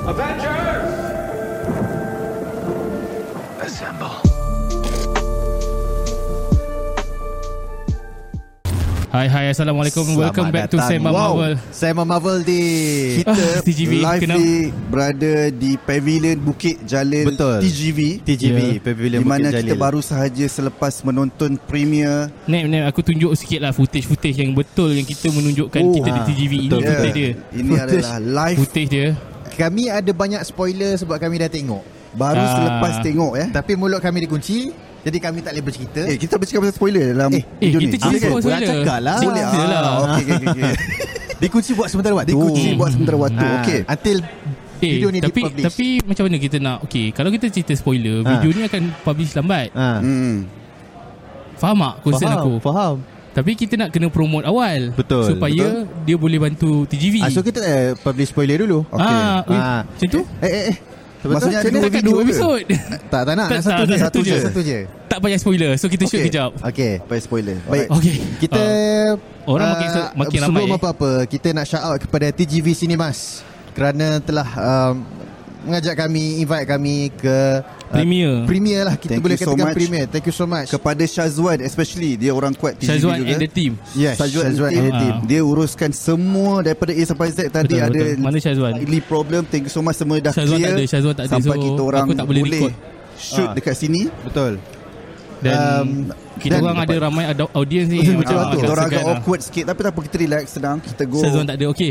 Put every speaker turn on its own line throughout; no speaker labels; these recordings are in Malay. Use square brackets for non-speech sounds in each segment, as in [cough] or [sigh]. Avengers! Assemble.
Hai hai Assalamualaikum
Selamat
Welcome back to
datang.
Sema
wow.
Marvel
Sema Marvel di
Ah,
[laughs]
[laughs]
kita
TGV,
live
kenapa?
ni berada di pavilion Bukit Jalil
Betul.
TGV
TGV yeah.
Ya.
Pavilion
di mana
Bukit
kita
Jalil.
baru sahaja selepas menonton premier
Nep nep aku tunjuk sikit lah Footage-footage yang betul Yang kita menunjukkan
Oh,
Kita di
ha,
TGV Ini
betul,
footage
betul.
dia
Ini
Footage.
adalah live
Footage dia Eh,
Kami ada banyak spoiler sebab kami dah tengok.
baru
Ah.
selepas tengok ya.
Tapi mulut kami dikunci, jadi kami tak boleh bercerita.
Eh kita bercakap pasal spoiler dalam
Eh,
Eh
video
kita
ni.
cerita
Apa?
semua
Jangan
spoiler
cakap lah.
Boleh
Cerita lah
ah. Okey okey okey.
Dikunci buat sementara waktu.
Dikunci
Hmm.
buat sementara waktu.
Ah.
Okey.
Until
Eh,
video ni
tapi
dipublish.
tapi macam mana kita nak Okay kalau kita cerita spoiler
Ha.
Video ni akan publish lambat
Ha.
Ah.
Hmm.
Faham tak concern
faham,
aku
faham.
Tapi kita nak kena promote awal
Betul,
Supaya dia boleh bantu TGV
Ah, so kita tak publish spoiler dulu.
okey.
ah, eh,
Ah.
Macam tu
Eh eh eh. Macam
Maksudnya ada
mana?
dua
Takkan
video
dua
ke?
episod
Tak tak nak
Tak,
nak satu je.
tak, tak,
Satu
satu
je.
je.
satu je.
Tak payah spoiler So kita shoot
Okey.
kejap
Okay.
By spoiler.
Baik.
Alright.
Okay
Kita
Ah, Orang makin
Ah,
makin ramai
sebelum
eh.
apa-apa, kita nak shout out kepada TGV Cinemas kerana telah um, mengajak kami, invite kami ke uh,
Premier.
Premier lah kita
Thank
boleh
you so
katakan
much.
premier. Thank you so much.
Kepada Syazwan especially dia orang kuat TGV
Syazwan
juga.
and the team
yes,
Syazwan and
Syazwan
the team.
and the team.
Ah.
Dia uruskan semua daripada A sampai Z tadi
Betul,
ada
betul. Mana Syazwan?
Slightly problem. Thank you so much semua dah
Syazwan
clear.
tak ada, Syazwan tak ada.
Sampai
So,
kita orang
aku tak boleh record.
shoot
Ah.
dekat sini.
betul.
Dan um,
[laughs] Um,
kita
dan
orang ada ramai ada audience ni.
Betul
yang
betul.
akan
betul. Kita orang agak
segan lah.
awkward sikit tapi tak apa kita relax senang kita go.
Syazwan tak ada. Okey.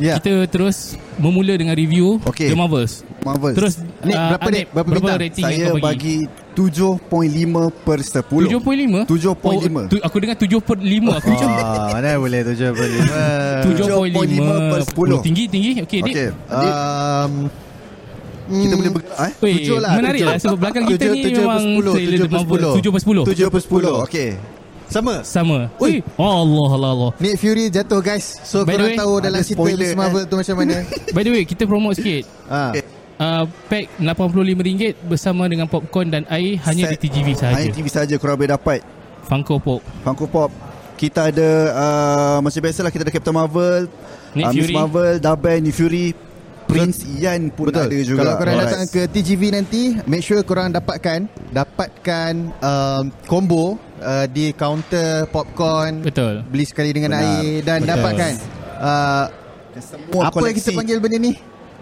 Ya.
Kita terus memula dengan review
Okey.
The Marvels.
Marvel.
Terus
Nick,
ah,
berapa,
Anip,
Nick? Berapa
berapa
bintang?
rating yang
saya
kau bagi?
bagi 7.5 per 10.
7.5?
7.5.
Oh, tu, aku dengar 7.5 aku macam
Ah, mana boleh tu je
[laughs]
boleh.
7.5
per 10.
Oh, Tinggi tinggi. Okey, Dik.
Okey. Adik,
Um,
kita
mm,
boleh bergerak eh.
Weh,
tujuh lah,
menarik
tujuh.
lah sebab belakang kita
Tujuh-
ni
tujuh per
memang
sepuluh,
trailer
tujuh
The
per
Marvel.
sepuluh.
7 per 10.
7 per 10. Okey.
Sama.
Sama.
Ui.
Ui. Allah Allah Allah.
Nick Fury jatuh guys. So
By the
korang
way,
tahu
ada
dalam cerita
spoiler, eh?
Miss Marvel tu macam mana.
By the way, kita promote sikit.
Ah.
Uh, pack RM85 bersama dengan popcorn dan air hanya di
Set.
TGV
Hanya
sahaja.
TV saja korang boleh dapat.
Funko Pop.
Funko Pop. Kita ada uh, macam biasalah kita ada Captain Marvel,
Nick
uh, Miss
Fury.
Marvel, Daban, Nick Fury, Prince Ian pun
Betul.
ada juga.
Kalau korang
Alright.
datang ke TGV nanti, make sure korang dapatkan dapatkan um, combo uh, di counter popcorn.
Betul.
Beli sekali dengan
Benar.
air dan
Betul.
dapatkan uh,
semua
apa yang kita panggil benda ni?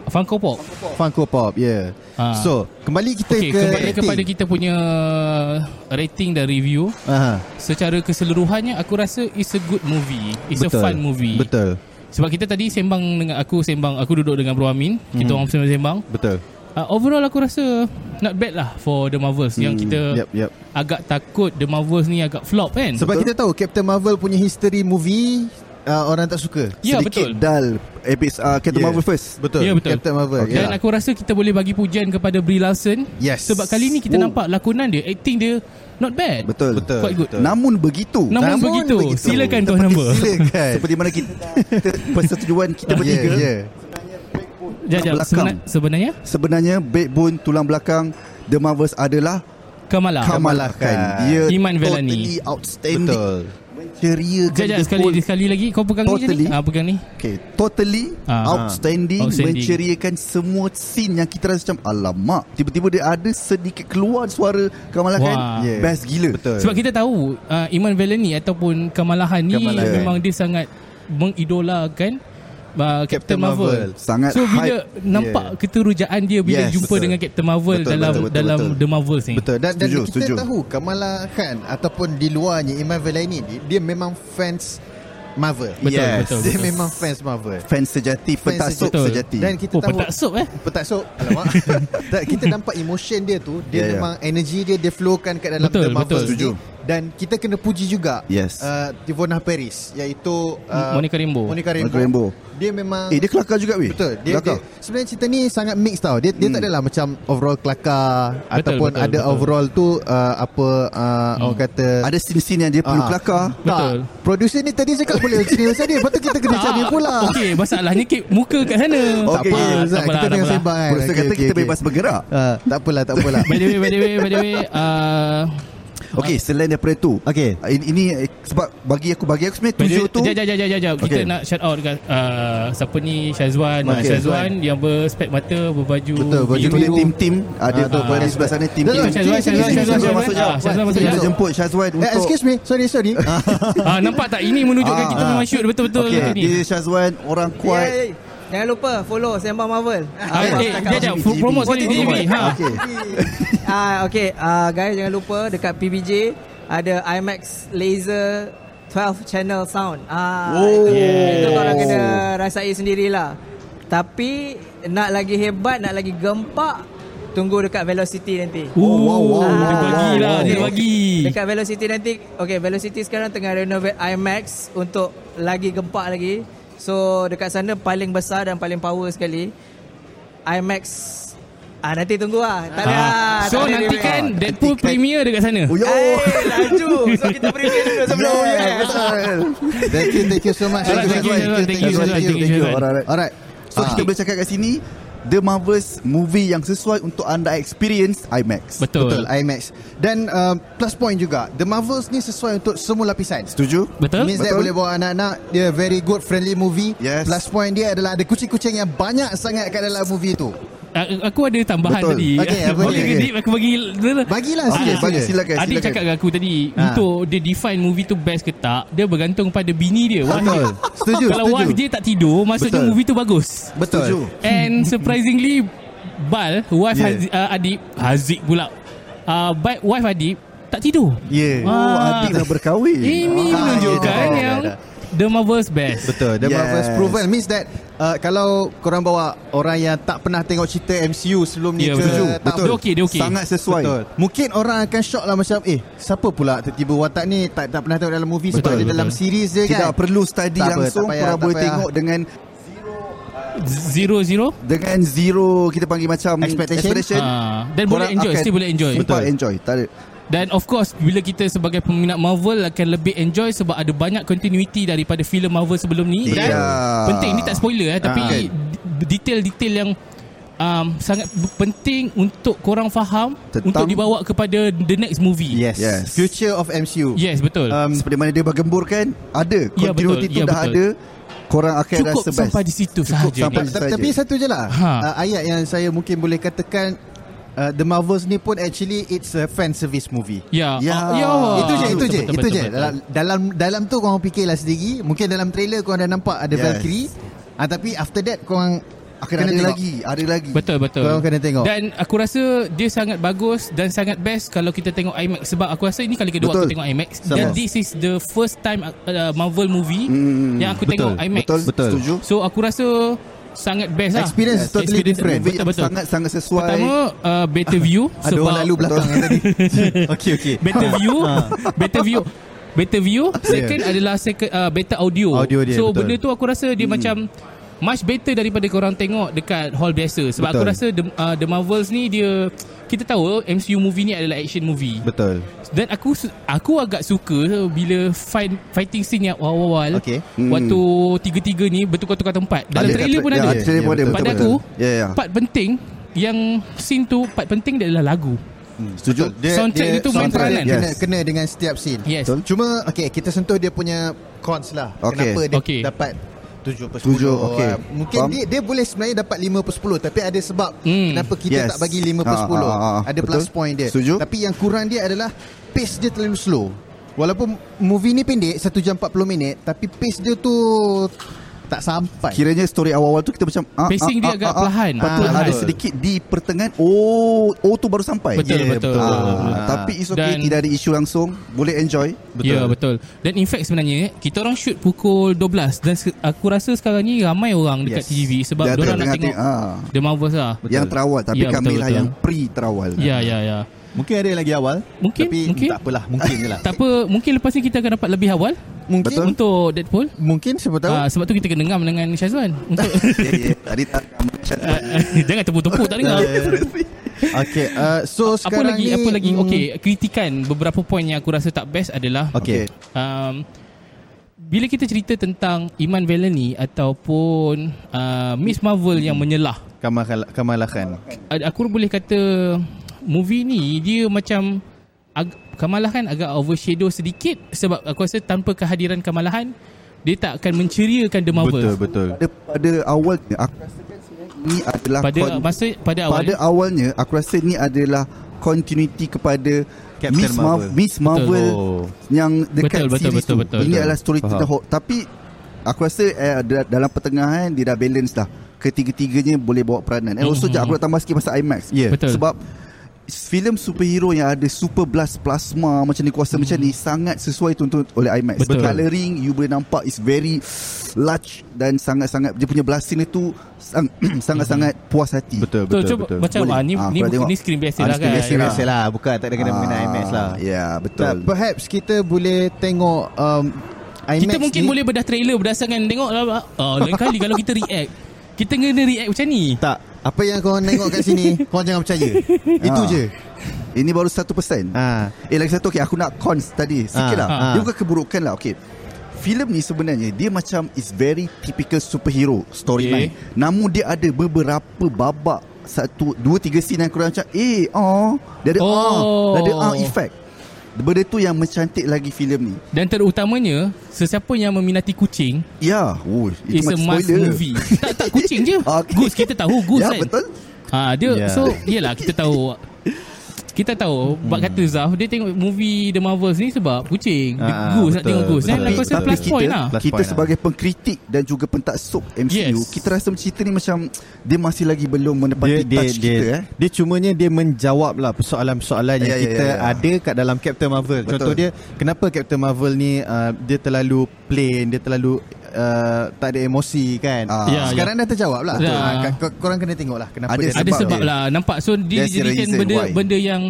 Funko Pop.
Funko Pop, yeah.
Ah.
So, kembali kita
Okey,
ke
kembali
rating.
kepada kita punya uh, rating dan review.
Aha.
Secara keseluruhannya aku rasa it's a good movie. It's a fun movie.
Betul.
Sebab kita tadi sembang dengan aku sembang aku duduk dengan Bro Amin, kita
Hmm.
orang sembang-sembang.
Betul.
Uh, overall aku rasa not bad lah for The Marvels yang kita
Hmm, Yep, yep.
agak takut The Marvels ni agak flop kan.
Sebab kita tahu Captain Marvel punya history movie uh, orang tak suka.
ya
sedikit
betul.
dal episode uh, Captain
Yeah.
Marvel first.
Betul.
Ya, betul.
Captain Marvel.
Okay.
Okay.
Dan
Yalah.
aku rasa kita boleh bagi pujian kepada Brie Larson
Yes.
sebab kali ni kita
Oh.
nampak lakonan dia, acting dia not bad.
Betul.
Betul.
Quite good.
betul.
Namun begitu,
Namun,
Namun
begitu,
begitu.
silakan tuan
Seperti
nombor.
Silakan.
[laughs] seperti mana kita, kita persetujuan kita
Ya,
bertiga
ya.
Jap, jap.
belakang.
Sebenar, sebenarnya
sebenarnya backbone tulang belakang The Marvels adalah
Kamala.
Kamala
Ah, Khan.
Khan. Dia
Iman Vellani.
totally outstanding.
Betul.
Ceria
Jap, jap. Sekali, sekali lagi. Kau pegang ni
Totally. Eh.
je ni. Ah, pegang ni.
Okay, totally
Ah.
outstanding,
Outstanding.
menceriakan semua scene yang kita rasa macam alamak. Tiba-tiba dia ada sedikit keluar suara Kamala Khan.
Wah.
Yeah. Best gila.
Betul.
Sebab kita tahu uh, Iman Vellani ataupun Kamala Khan ni
Kamala Khan.
memang dia sangat mengidolakan uh, Captain
Captain
Marvel.
Marvel.
Sangat
so bila
hype.
nampak
Yeah.
keterujaan dia bila
Yes,
jumpa
betul.
dengan Captain Marvel
Betul,
dalam
betul, betul,
dalam
betul.
The Marvels ni.
Betul.
Dan, dan
Setuju,
kita
setuju.
tahu Kamala Khan ataupun di luarnya Iman Vellani ni dia memang fans Marvel.
Betul,
Yes.
betul,
Dia
betul.
memang fans Marvel.
Fans sejati,
Fans
pentasuk
betul.
sejati.
Dan kita
oh,
tahu
petak sup eh.
Petak sok Alamak Tak, Kita nampak emotion dia tu Dia
Ya, ya.
yeah, memang yeah. energy dia Dia flowkan kat dalam
Betul,
The
betul.
Marvels ni.
Setuju.
Dan kita kena puji juga
Yes.
uh, Tivona Paris Iaitu uh,
Monica Rambeau.
Monica Rambeau.
Monica Rambeau.
Dia memang
Eh, dia kelakar juga weh.
Betul dia, dia,
kelakar.
Sebenarnya cerita ni sangat mix tau Dia, dia tak adalah macam Overall kelakar betul, Ataupun
betul,
betul, ada
betul.
betul. overall tu uh, Apa uh, hmm. Orang kata
Ada scene-scene yang dia perlu
Ah.
kelakar.
Betul.
Tak Producer ni tadi cakap Boleh cerita pasal dia Lepas tu kita kena cari
[laughs]
pula
Ah, Okey, masalahnya kip muka kat sana. tak
Okey, okey,
apa, tak
Ustaz,
apalah,
Kita
tak
tengah
apalah.
sembang kan
Producer
Okey,
kata
okey,
kita
okey.
bebas bergerak.
Ah, Tak apalah Tak apalah
By the way, by the way, by the way, uh,
Okey, selain daripada tu.
Okey.
ah, Ini, ini eh, sebab bagi aku bagi aku sebenarnya tujuh tu.
Jap, jap, jap, jap, jap. Kita
Okey.
nak shout out dekat uh, siapa ni Syazwan.
Okey.
Syazwan yang berspek mata, berbaju
Betul, baju
Baju
biru.
tulis tim-tim Ada
Ah,
tu
ah,
Boleh
ah.
sebelah sana
Dah,
tim-tim
dah,
Syazwan, Syazwan,
Syazwan,
Syazwan,
Syazwan
masuk jap
Ah, Syazwan masuk
Kita
jap.
jemput Syazwan
Eh,
untuk
excuse me. Sorry, sorry.
[laughs] Ah, nampak tak? Ini menunjukkan
Ah,
kita
ah.
memang shoot betul-betul
Okey,
hari ni.
Dia Syazwan Orang kuat
Yeah, yeah. Jangan lupa follow Sembang Marvel.
Ah, eh, jap, jap.
GB.
Promote sekali
Oh,
DJB. Ha.
Okey.
Ah okay, ah guys jangan lupa dekat PBJ ada IMAX Laser 12 channel sound. Ah
Oh.
itu,
Yeah.
itu korang kena rasai sendirilah. Tapi nak lagi hebat, nak lagi gempak, tunggu dekat Velocity nanti.
Oh, wow, wow,
wow,
dia bagi
wow,
lah,
wow.
dia bagi.
Dekat Velocity nanti Okay Velocity sekarang tengah renovate IMAX Untuk lagi gempak lagi So dekat sana paling besar dan paling power sekali IMAX Ah nanti tunggu lah. Tak ada.
Ah. So nanti kan Deadpool premiere dekat sana.
Oh, yo.
Eh, laju. So kita preview dulu sebelum
Yeah,
yeah.
betul.
Thank you, thank you so much.
Alright, thank you, Syazwan. Thank you, Syazwan. Thank you, Syazwan.
Alright.
Alright.
So
Ah.
kita boleh cakap kat sini The Marvels movie yang sesuai untuk anda experience IMAX.
Betul.
Betul, IMAX. Dan uh, plus point juga, The Marvels ni sesuai untuk semua lapisan.
Setuju?
Betul?
Means that
Betul.
boleh bawa anak-anak Dia very good friendly movie
Yes.
Plus point dia adalah Ada kucing-kucing yang banyak sangat Kat dalam movie tu
Ah, Aku ada tambahan
Betul.
tadi.
Okey, apa
Boleh
dia?
ke,
Okey.
Dip? Aku bagi.
Bagilah
Ah,
sila,
Okey, bagi
sila.
silakan.
Adik
silakan.
cakap kat aku tadi
Ha.
Untuk dia define movie tu best ke tak Dia bergantung pada bini dia
Betul.
Wahid
Setuju,
Kalau
setuju.
Wahid tak tidur Maksudnya
Betul.
movie tu bagus
Betul
Setuju. [laughs]
And surprisingly Bal Wife
Yeah.
Haziq, uh, Adib Haziq pula uh, but Wife Adib Tak tidur
Yeah. Oh,
Ah.
adik dah berkahwin.
Ini
Ah,
menunjukkan
yeah, dah,
yang
dah, dah.
The Marvel's best
Betul The
Yes.
Marvels proven Means that uh, Kalau korang bawa Orang yang tak pernah tengok cerita MCU sebelum ni
Ya,
ke,
betul.
tak
Betul. Dia okey, dia okey.
Sangat sesuai.
Betul.
Betul.
Mungkin orang akan shock lah macam Eh siapa pula tiba-tiba watak ni Tak, tak pernah tengok dalam movie Sebab
Betul,
dia dalam
betul.
series je
Tidak
kan
perlu study
Tak apa,
langsung
tak payah,
Korang
tak
boleh
payah.
tengok dengan
Zero Zero
Dengan zero Kita panggil macam
Expectation.
expectation.
Ah, dan boleh enjoy,
akan
still boleh enjoy.
Betul
Betul.
enjoy Tak ada
Dan of course Bila kita sebagai peminat Marvel Akan lebih enjoy Sebab ada banyak continuity Daripada filem Marvel sebelum ni Dan
Ya.
penting Ini tak spoiler eh, Tapi
Ah, kan.
d- detail-detail yang um, Sangat b- penting Untuk korang faham
Tentang-
Untuk dibawa kepada The next movie
Yes.
Yes.
Future of MCU
Yes betul
um,
Seperti mana dia bergemburkan Ada
Ya,
Continuity
betul.
tu
Ya,
dah
betul.
ada Korang akan
Cukup
rasa best
sampai di situ
Cukup
sahaja
sampai
ni.
di
Ta-
saja.
Tapi satu je lah
Ha.
uh, Ayat yang saya mungkin boleh katakan uh, The Marvels ni pun actually It's a fan service movie
Ya,
Ya.
Ah, ya.
itu je, itu
Betul,
je, Lah,
betul,
itu
betul,
je.
betul.
Dalam dalam dalam tu korang fikirlah sendiri. Mungkin dalam trailer korang dah nampak ada
Yes.
Valkyrie. Ah tapi after that korang akan
Kena
ada
ada
tengok.
lagi Ada lagi
Betul betul.
Korang kena tengok.
Dan aku rasa dia sangat bagus dan sangat best kalau kita tengok IMAX sebab aku rasa ini kali kedua
Betul.
aku tengok IMAX
Sama.
dan this is the first time uh, Marvel movie
Hmm,
yang aku
betul,
tengok IMAX.
Betul Setuju
So aku rasa sangat best lah. Yes,
Experience totally different.
Movie
Betul
yang
betul.
sangat-sangat sesuai
Pertama uh, better view
Ada
sebab
orang lalu belakang
[laughs]
tadi. Okey okey.
better view better view better view second adalah second uh, better audio.
Audio dia,
so
betul.
benda tu aku rasa dia macam much better daripada korang tengok dekat hall biasa sebab
Betul.
aku rasa the, uh, the Marvels ni dia kita tahu MCU movie ni adalah action movie.
Betul.
Dan aku su- aku agak suka bila fight, fighting scene yang awal-awal
Okey.
Hmm.
waktu tiga-tiga ni bertukar-tukar tempat. Dalam
Ada kat
trailer
tra-
pun
ya,
ada.
Trailer pun ada
Ya,
betul,
Pada
betul.
aku
Ya ya
part penting yang scene tu part penting dia adalah lagu.
Hmm. Setuju
Soundtrack dia tu main
soundtrack
peranan.
dia Kena,
Yes.
kena dengan setiap scene.
Yes.
Betul. Cuma okey kita sentuh dia punya cons lah.
Okey.
Kenapa dia
Okey.
dapat 7 per 10
Tujuh, okey.
Ah, Mungkin
Faham?
dia, dia boleh sebenarnya dapat 5 per 10 Tapi ada sebab
Hmm.
Kenapa kita
Yes.
tak bagi 5 per
Ah,
10
ah, ah, ah.
Ada
Betul.
plus point dia
Setuju.
Tapi yang kurang dia adalah Pace dia terlalu slow Walaupun movie ni pendek 1 jam 40 minit Tapi pace dia tu Tak sampai
Kiranya story awal-awal tu kita macam ah,
Pacing dia agak perlahan.
Lepas tu
Ah,
ada
betul.
sedikit di pertengahan Oh Oh tu baru sampai
Betul, betul, betul,
Ah,
betul.
Tapi it's okay
Dan-
Tidak ada isu langsung Boleh enjoy
Betul. Ya betul Dan in fact sebenarnya Kita orang shoot pukul 12 Dan se- aku rasa sekarang ni Ramai orang dekat yes.
Yes.
TGV Sebab
Dia
dia orang nak
tengah-
tengok
ah.
The Marvels lah
Yang terawal Tapi
Ya,
kami
betul,
lah
betul.
yang pre-terawal
Ya ya ya
Mungkin ada lagi awal
Mungkin,
Tapi
mungkin.
tak apalah Mungkin je
[laughs]
lah
Tak apa Mungkin lepas ni kita akan dapat lebih awal
Mungkin
Betul.
Untuk Deadpool
Mungkin siapa tahu
Ah, sebab tu kita kena ngam dengan Syazwan untuk
[laughs]
[laughs]
Ya ya Tadi tak
jangan tepuk-tepuk tak dengar.
Okay uh, So
apa
sekarang
lagi
ni
apa lagi
hmm.
mm,
okey kritikan beberapa poin yang aku rasa tak best adalah
Okay.
um, bila kita cerita tentang Iman Vellani ataupun uh, Miss Marvel yang menyelah
Kamal, Kamal Khan
Ad- aku boleh kata movie ni dia macam ag- Kamalah Khan agak overshadow sedikit sebab aku rasa tanpa kehadiran Kamalah Khan dia tak akan menceriakan The Marvels.
Betul betul.
Pada, pada awalnya aku rasakan sebenarnya ini adalah
Pada
kon-
masa pada awal
pada awalnya aku rasa ni adalah continuity kepada
Captain
Miss Marvel,
Marvel.
Miss Marvel
Oh.
yang
Betul,
dekat
betul,
series
betul,
tu.
betul,
Ini
betul.
adalah story
Faham.
tentang Hulk. tapi aku rasa eh, da- dalam pertengahan eh, dia dah balance dah. Ketiga-tiganya boleh bawa peranan. And also mm-hmm. aku nak tambah sikit pasal IMAX.
Yeah.
Betul.
Sebab filem superhero yang ada super blast plasma macam ni kuasa macam ni sangat sesuai tuntut oleh IMAX.
Hmm. Betul.
Colouring you boleh nampak is very large dan sangat-sangat dia punya blasting dia tu sang, [clears throat] sangat-sangat puas hati.
Betul
betul,
betul
betul,
betul.
macam
Boleh.
ah, ni,
Ah,
ni,
kalau tengok.
ni screen biasa
Ah,
lah
screen
kan.
biasa, biasa.
lah bukan tak ada kena mengena
Ah,
IMAX lah.
Ya, yeah, betul.
Tak, perhaps kita boleh tengok um, IMAX
Kita mungkin
ni.
boleh bedah trailer berdasarkan tengok lah. Oh, lain kali
[laughs]
kalau kita react. Kita kena react macam ni.
Tak Apa yang korang tengok kat
[laughs]
sini Korang jangan percaya Itu
Ah.
je
Ini baru 1%.
Ah.
Eh lagi satu okay, aku nak cons tadi
Ah,
sikit lah.
ah.
Dia bukan keburukan lah. Okay. Filem ni sebenarnya dia macam is very typical superhero storyline. Okay. Namun dia ada beberapa babak satu dua tiga scene yang kurang macam eh oh dia ada
Oh.
oh. ah dia ada ah effect. Benda tu yang mencantik lagi filem ni.
Dan terutamanya sesiapa yang meminati kucing
Ya, oh, itu
It's a
macam
must
spoiler. [laughs]
movie Tak tak kucing je okay.
Okay.
Goose kita tahu Goose
ya,
kan
betul.
ha, Dia yeah.
Yeah.
So Yelah kita tahu Kita tahu Bak kata Zaf Dia tengok movie The Marvels ni Sebab kucing Dia
Ah,
Goose nak
betul,
tengok Goose Dan
betul,
aku rasa
betul.
plus
kita,
point lah
Plus
kita
point lah.
sebagai pengkritik dan juga pentasuk MCU,
Yes.
kita rasa macam cerita ni macam dia masih lagi belum menepati touch kita eh.
Dia cumanya dia menjawab lah persoalan-persoalan
Ya,
yang
ya,
kita
ya, ya.
ada kat dalam Captain Marvel.
Betul.
Contoh dia, kenapa Captain Marvel ni uh, dia terlalu plain, dia terlalu uh, tak ada emosi kan.
Ah.
Ya,
Sekarang dah terjawab lah
Betul.
Ah, ka- ka- Korang kena tengok lah Kenapa
Ada
dia
Ada
sebab
sebab
dia.
lah Nampak So dia
That's the
jadikan
reason
benda
why.
Benda yang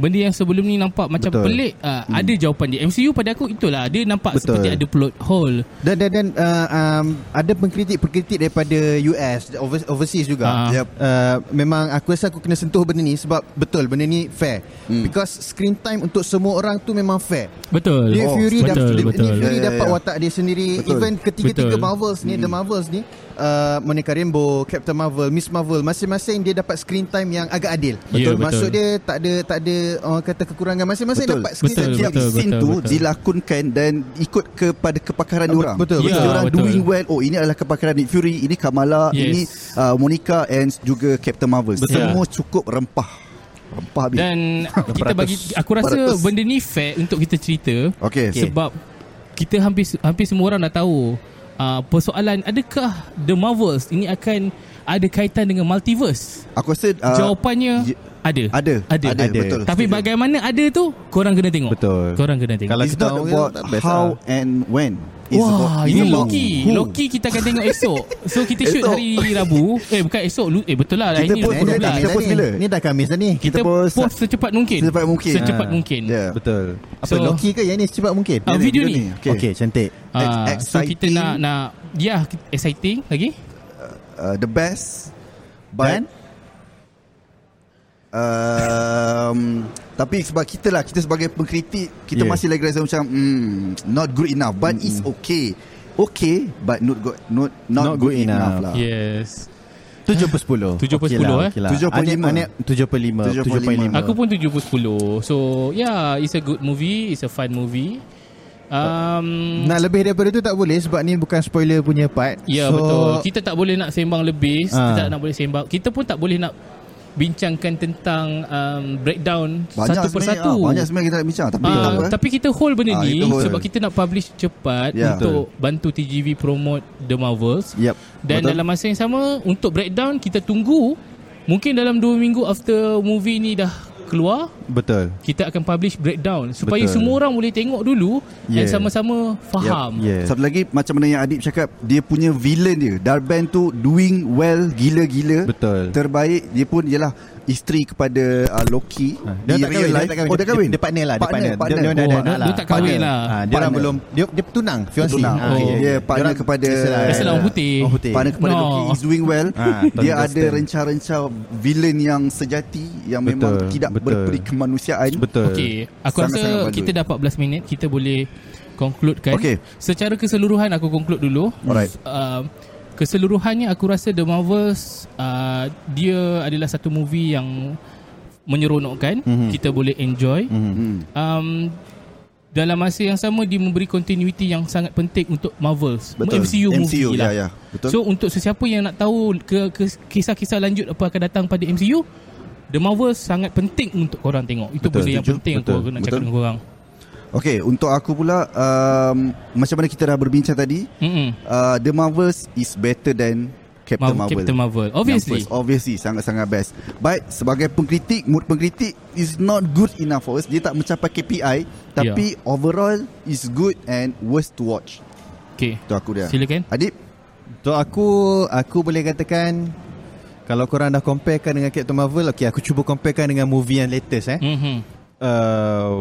Benda yang sebelum ni nampak Macam
Betul.
pelik uh, Ada jawapan dia MCU pada aku itulah Dia nampak
Betul.
seperti ada plot hole
Dan dan, dan uh, um, ada pengkritik-pengkritik daripada US over, overseas juga.
Ah.
Yep.
Uh, memang aku rasa aku kena sentuh benda ni sebab betul benda ni fair. Hmm. Because screen time untuk semua orang tu memang fair.
Betul
Nick Fury
Oh,
dapat
Betul,
Nick
betul.
Fury
Ya, ya,
dapat
ya.
watak dia sendiri.
Betul.
Even ketiga-tiga
Betul.
Marvels ni, The Marvels ni, uh, Monica Rambeau, Captain Marvel, Miss Marvel, masing-masing dia dapat screen time yang agak adil.
Ya, betul.
Maksud dia tak ada tak ada orang kata kekurangan masing-masing
Betul.
dapat screen
Betul,
time.
Tiap
betul,
scene
betul,
tu
betul.
dilakunkan dan ikut kepada kepakaran
Ah,
orang.
betul,
Bila
betul.
orang
Betul.
doing well, oh ini adalah kepakaran Nick Fury, ini Kamala,
Yes.
ini uh, Monica and juga Captain Marvel.
Betul.
Semua cukup rempah. Rempah habis.
Dan kita bagi aku rasa
400.
benda ni fair untuk kita cerita.
Okey.
Okay. Sebab kita hampir hampir semua orang dah tahu uh, persoalan adakah The Marvels ini akan ada kaitan dengan multiverse?
Aku rasa
Uh,
uh,
Jawapannya
ye-
ada.
ada,
Ada.
ada,
Ada.
betul.
Tapi
Setuju.
bagaimana ada tu korang kena tengok.
Betul.
Korang kena tengok.
Kalau
It's
kita
not
orang
about
tak best
how and when. It's
Wah,
about,
ini
it's about
Loki.
who.
Loki kita akan tengok esok. So kita shoot
Esok.
hari Rabu. Eh bukan esok. Lu- Eh betul lah.
Kita
Hari ni
pun-
Ni
12.
dah-
kita pun
ni.
bila?
Ni dah Khamis dah ni.
Kita,
kita
post,
post-
secepat mungkin.
Secepat mungkin.
Secepat
Ah.
mungkin.
Yeah.
Betul.
Apa
So-
Loki ke yang ni secepat mungkin?
Ah,
Yang ni,
video ni.
Okay.
Okay. okay, cantik.
Ah,
Ex-
so kita
exciting.
nak nak ya ki- exciting lagi.
uh, the best but
Dan?
um, [laughs] tapi sebab kita lah kita sebagai pengkritik kita yeah.
Yeah.
masih lagi rasa macam mm, not good enough but mm. it's okay okay but not good not not, not good, good enough, enough lah yeah.
Yes.
7 per 10.
7 per 10,
lah,
eh.
75.
75.
75.
Aku pun 7 per 10. So yeah, it's a good movie, it's a fun movie. Um
Nak lebih daripada tu tak boleh sebab ni bukan spoiler punya part.
ya yeah,
so,
betul. Kita tak boleh nak sembang lebih, kita
Ah.
tak nak boleh sembang. Kita pun tak boleh nak bincangkan tentang um, breakdown
banyak
satu per
sebenarnya,
satu.
ah, banyak sebenarnya kita nak bincang tapi
Ah,
uh, tak apa
tapi kita hold benda
Ah,
ni
kita hold.
sebab kita nak publish cepat
Ya.
untuk bantu TGV promote The Marvels.
Yep.
Dan
Betul.
dalam masa yang sama untuk breakdown kita tunggu mungkin dalam 2 minggu after movie ni dah keluar
Betul.
kita akan publish breakdown supaya
Betul.
semua orang boleh tengok dulu yeah. dan
Yeah.
sama-sama faham.
Yeah.
Satu lagi macam mana yang Adib cakap Dia punya villain dia Darben tu doing well Gila-gila
Betul.
Terbaik Dia pun ialah Isteri kepada uh, Loki
Ah, dia
Di
tak kahwin, Ha. dia
real life.
tak kahwin.
Oh dah
Dia-
kahwin
dia partner lah, dia
Partner,
partner.
partner.
Dia- dia-
Oh,
dia-
dia- dia tak kahwin lah.
Ah, dia orang
Partner.
belum dia dia tunang, fiancé.
Tunang.
Ah,
Oh.
ya, ya.
Dia partner
Dia orang-
kepada-
Terserah.
Terserah lah, orang putih.
Orang putih.
Partner kepada
No.
no. Loki is doing well
Ah, Tony
Dia ada
Gaston.
renca-renca Villain yang sejati Yang
Betul,
memang tidak
betul.
berperi kemanusiaan
Betul.
Okey, aku
Sangat-sangat
rasa
baloi.
kita dah 14 minit kita boleh concludekan.
Okey.
Secara keseluruhan aku conclude dulu.
Alright.
Uh, keseluruhannya aku rasa The Marvels uh, dia adalah satu movie yang menyeronokkan,
Mhm.
mm-hmm. kita boleh enjoy.
Hmm,
Hmm,
Mm-hmm. Um dalam masa yang sama dia memberi continuity yang sangat penting untuk Marvels,
Betul.
MCU, movie
MCU,
lah.
ya, ya. Betul.
So untuk sesiapa yang nak tahu ke, ke kisah-kisah lanjut apa akan datang pada MCU, The Marvels sangat penting untuk korang tengok. Itu
Betul,
benda yang
setuju.
penting
Betul,
aku nak
betul.
cakap dengan korang.
Okay, untuk aku pula um, macam mana kita dah berbincang tadi,
Mm-mm.
uh, The Marvels is better than Captain
Marvel-
Marvel.
Captain Marvel. Obviously.
Yang first, obviously sangat-sangat best. But sebagai pengkritik, mood pengkritik is not good enough for us. Dia tak mencapai KPI
Ya.
tapi yeah. overall is good and worth to watch.
Okay.
Itu aku dia.
Silakan.
Adib,
Untuk aku Aku boleh katakan Kalau korang dah comparekan Dengan Captain Marvel Okay aku cuba comparekan Dengan movie yang latest eh
Mhm.
uh,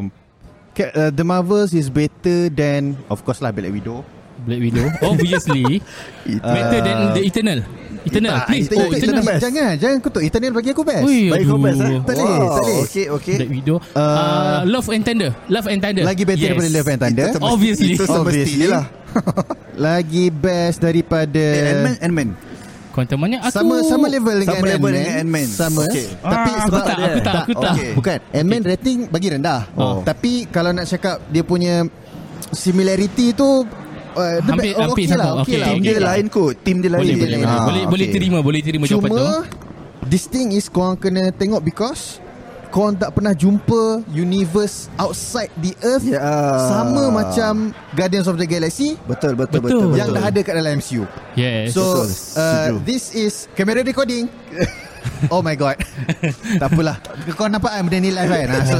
uh, The Marvels is better than Of course lah Black Widow
Black Widow. Obviously. better than The Eternal. Eternal.
Ah,
tak, Ah,
please.
Eternal-
oh, Eternal.
best.
Jangan, jangan kutuk. Eternal bagi aku best.
Ui,
bagi kau
aduh.
best eh.
Tak boleh,
Wow,
tak boleh.
Okay, okay.
Black Widow. Uh,
Uh,
Love and Thunder. Love and Thunder.
Lagi better yes. daripada Love and Thunder
Itu semesti-
Obviously.
Itu semestinya lah.
[laughs] Lagi best daripada
Eh, Ant-Man, Ant-Man.
Quantum Mania aku
Sama sama level dengan
Sama level
Ant-Man.
dengan Ant-Man.
Sama.
Okey.
Tapi
Ah, aku
sebab
tak, aku tak, aku tak.
okey.
Bukan. Ant-Man rating bagi rendah.
Oh.
Tapi kalau nak cakap dia punya similarity tu uh, the
Hampir-
best- oh,
hampir
okay lah,
sama.
okay
Okey,
lah.
Team
okey.
dia lain kot. Team dia lain.
boleh boleh boleh.
Ah,
boleh, boleh
okey.
terima, boleh terima jawapan tu.
Cuma This thing is Korang kena tengok Because Korang tak pernah jumpa Universe Outside the earth
Ya.
Sama macam Guardians of the Galaxy
Betul,
Betul.
betul, betul. betul.
Yang dah ada kat dalam MCU
Yes. So,
So uh,
betul. Setuju.
This is Camera recording Oh my
[laughs]
god Tak apalah Kau nampak kan benda ni live kan ha, so,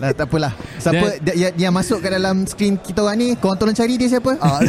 lah, Tak apalah Siapa dia, yang, yang masuk kat dalam Screen kita orang ni Korang tolong cari dia siapa
[laughs]
ah,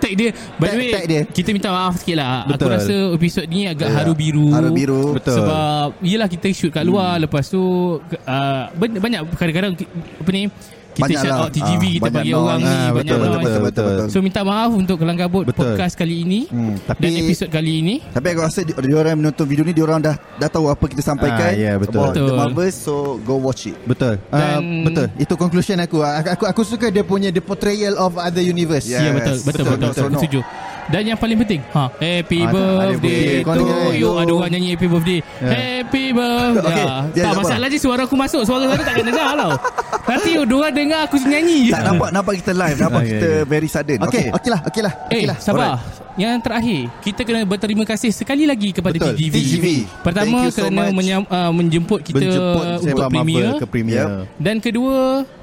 tag dia. By the
Tag-
way,
tag dia.
kita minta maaf sikit lah. Aku
Betul.
rasa episod ni agak haru biru.
Ya. Haru biru.
Betul.
Sebab yelah kita shoot kat luar hmm. Lepas tu uh, ben- Banyak kadang-kadang ki- Apa ni Kita
Banyak
shout
lah.
out TGV
Ah,
Kita
banyak
bagi
noise.
orang ni
Ah,
Banyak
betul,
noise
betul, betul, betul, betul.
So minta maaf untuk Kelang Kabut
Betul.
Podcast kali ini
Hmm, tapi-
Dan episod kali ini
Tapi aku rasa di- diorang yang menonton video ni diorang dah dah tahu apa kita
Ah,
sampaikan.
ya, betul.
About
Betul.
The Marvel so go watch it.
Betul uh,
Dan-
Betul
Ah, Itu conclusion aku. Ah, aku Aku aku suka dia punya The portrayal of other universe
Ya
Yeah.
betul
Yes,
Betul
betul,
betul,
betul,
betul,
betul.
Setuju Dan yang paling penting ha, Happy
Ah, ada- ada
birthday
boleh.
to
Kau dengar
you
you.
Ada orang nyanyi happy birthday Happy birthday
Okey,
Ya.
dia
Tak
apa?
masalah je suara aku masuk Suara aku tak kena dengar tau Nanti diorang dengar aku nyanyi je.
Eh, Tak nampak nampak kita live, nampak
Okay,
kita
okay.
very sudden.
Okay, okay, lah, okay lah.
Eh,
Okay lah.
sabar. Yang terakhir, kita kena berterima kasih sekali lagi kepada
Betul,
TGV.
TGV.
Pertama
Thank you so
kerana
much.
menyam, uh, menjemput kita
Menjemput
untuk
Sebab
premier
Marvel ke premier
Yep.
dan kedua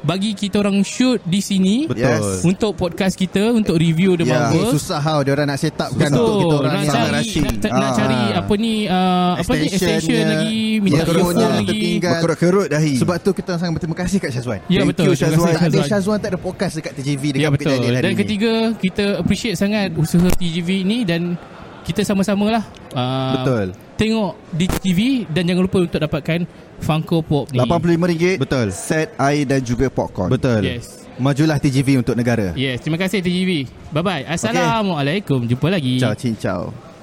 bagi kita orang shoot di sini
Betul
Yes.
untuk podcast kita untuk review The
Yeah.
Eh,
Marvel.
susah how dia orang nak set up kan
Betul.
untuk kita orang
nak
ni.
sangat
cari
rushing.
nak, nak
Ah.
cari apa ni uh, apa ni extension
Extensionnya,
lagi minta
microphone
earphone
yang
lagi.
tertinggal.
Berkerut-kerut dahi.
Ah, Sebab tu kita orang sangat berterima kasih kat Syazwan.
Ya
Thank
betul.
you,
Terima
Syazwan.
kasih,
Tak ada
Syazwan.
Syazwan tak ada podcast dekat TJV dekat
Ya betul.
pekerjaan dia hari
Dan
ni.
ketiga kita appreciate sangat usaha TGV ini dan kita sama-samalah uh,
Betul.
Tengok di TV dan jangan lupa untuk dapatkan Funko Pop ni.
RM85
Betul.
Set air dan juga popcorn
Betul
Yes.
Majulah TGV untuk negara
Yes, terima kasih TGV. Bye bye. Assalamualaikum. Jumpa lagi.
Ciao cincau